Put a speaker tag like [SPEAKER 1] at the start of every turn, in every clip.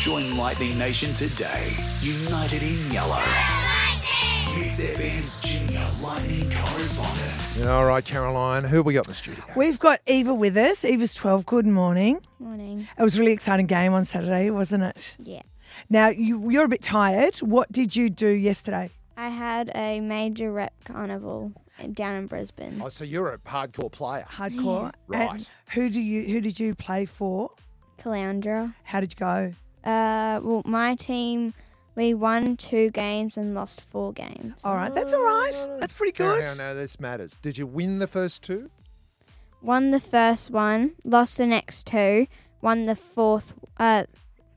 [SPEAKER 1] Join Lightning Nation today, united in yellow. Mix FM's junior lightning correspondent.
[SPEAKER 2] All right, Caroline, who we got in the studio?
[SPEAKER 3] We've got Eva with us. Eva's 12. Good morning.
[SPEAKER 4] Morning.
[SPEAKER 3] It was a really exciting game on Saturday, wasn't it?
[SPEAKER 4] Yeah.
[SPEAKER 3] Now, you, you're a bit tired. What did you do yesterday?
[SPEAKER 4] I had a major rep carnival down in Brisbane.
[SPEAKER 2] Oh, so you're a hardcore player.
[SPEAKER 3] Hardcore.
[SPEAKER 2] Right.
[SPEAKER 3] And who do you who did you play for?
[SPEAKER 4] Caloundra.
[SPEAKER 3] How did you go?
[SPEAKER 4] Uh, well, my team, we won two games and lost four games.
[SPEAKER 2] Oh.
[SPEAKER 3] All right, that's all right. That's pretty
[SPEAKER 2] No,
[SPEAKER 3] good.
[SPEAKER 2] no, no, this matters. Did you win the first two?
[SPEAKER 4] Won the first one, lost the next two, won the fourth, uh,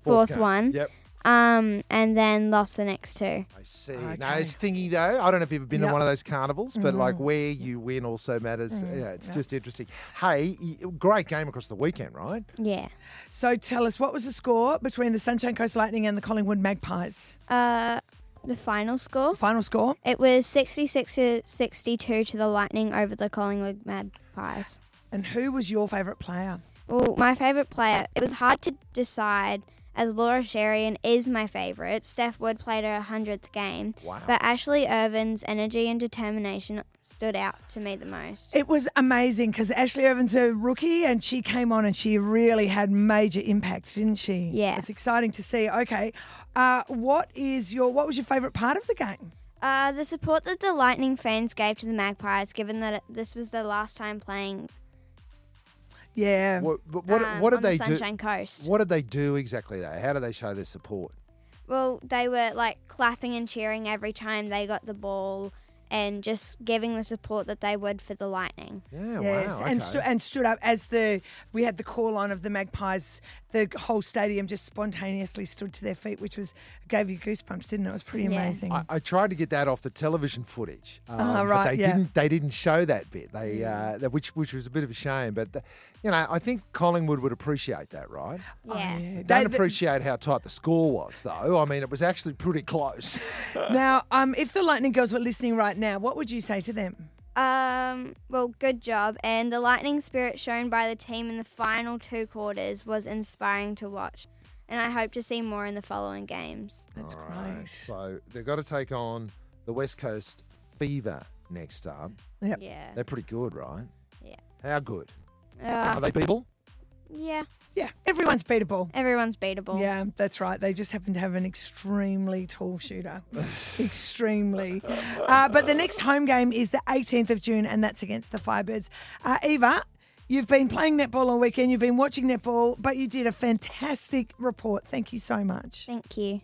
[SPEAKER 4] fourth,
[SPEAKER 2] game.
[SPEAKER 4] one,
[SPEAKER 2] Yep,
[SPEAKER 4] um, and then lost the next two.
[SPEAKER 2] I see. No,
[SPEAKER 3] Okay.
[SPEAKER 2] it's thingy though. I don't know if you've ever been
[SPEAKER 3] Yep.
[SPEAKER 2] to one of those carnivals, but like where you win also matters. Yeah, it's just interesting. Hey, y- great game across the weekend, right?
[SPEAKER 4] Yeah.
[SPEAKER 3] So tell us, what was the score between the Sunshine Coast Lightning and the Collingwood Magpies?
[SPEAKER 4] Uh, the final score.
[SPEAKER 3] Final score?
[SPEAKER 4] It was 66 to 62 to the Lightning over the Collingwood Magpies.
[SPEAKER 3] And who was your favourite player?
[SPEAKER 4] Well, my favourite player, it was hard to decide as Laura Sherian is my favourite. Steph Wood played her 100th game.
[SPEAKER 2] Wow.
[SPEAKER 4] But Ashley Irvin's energy and determination stood out to me the most.
[SPEAKER 3] It was amazing because Ashley Irvin's a rookie and she came on and she really had major impacts, didn't she?
[SPEAKER 4] Yeah.
[SPEAKER 3] It's exciting to see. Okay. Uh, what is your what was your favourite part of the game?
[SPEAKER 4] Uh, the support that the Lightning fans gave to the Magpies, given that this was the last time playing
[SPEAKER 3] Yeah.
[SPEAKER 2] What, but what,
[SPEAKER 4] um,
[SPEAKER 2] what did
[SPEAKER 4] on
[SPEAKER 2] they
[SPEAKER 4] the
[SPEAKER 2] do?
[SPEAKER 4] Sunshine Coast.
[SPEAKER 2] What did they do exactly though? How do they show their support?
[SPEAKER 4] Well, they were like clapping and cheering every time they got the ball and just giving the support that they would for the Lightning.
[SPEAKER 2] Yeah,
[SPEAKER 3] Yes,
[SPEAKER 2] wow.
[SPEAKER 3] and
[SPEAKER 2] okay.
[SPEAKER 3] stu- and stood up as the we had the call on of the Magpies. The whole stadium just spontaneously stood to their feet, which was gave you goosebumps, didn't it? It was pretty
[SPEAKER 4] Yeah.
[SPEAKER 3] amazing.
[SPEAKER 2] I, I tried to get that off the television footage, um,
[SPEAKER 3] Ah,
[SPEAKER 2] but
[SPEAKER 3] right,
[SPEAKER 2] they
[SPEAKER 3] yeah. Mm.
[SPEAKER 2] didn't. They didn't show that bit. They, uh, that, which which was a bit of a shame. But th- you know, I think Collingwood would appreciate that, right?
[SPEAKER 4] Yeah.
[SPEAKER 3] Yeah.
[SPEAKER 2] I
[SPEAKER 3] They-
[SPEAKER 2] don't
[SPEAKER 3] they-
[SPEAKER 2] appreciate how tight the score was, though. I mean, it was actually pretty close.
[SPEAKER 3] now, um, if the Lightning girls were listening right now, what would you say to them?
[SPEAKER 4] Um, well, good job. And the lightning spirit shown by the team in the final two quarters was inspiring to watch. And I hope to see more in the following games.
[SPEAKER 3] That's
[SPEAKER 2] All
[SPEAKER 3] great.
[SPEAKER 2] right, So they've got to take on the West Coast Fever next up.
[SPEAKER 3] Yep.
[SPEAKER 4] Yeah.
[SPEAKER 2] They're pretty good, right?
[SPEAKER 4] Yeah.
[SPEAKER 2] How good
[SPEAKER 4] Uh,
[SPEAKER 2] are they, people?
[SPEAKER 4] yeah.
[SPEAKER 3] Yeah, everyone's beatable.
[SPEAKER 4] Everyone's beatable.
[SPEAKER 3] Yeah, that's right. They just happen to have an extremely tall shooter. extremely. Uh, but the next home game is the 18th of June, and that's against the Firebirds. Uh, Eva, you've been playing netball all weekend, you've been watching netball, but you did a fantastic report. Thank you so much.
[SPEAKER 4] Thank you.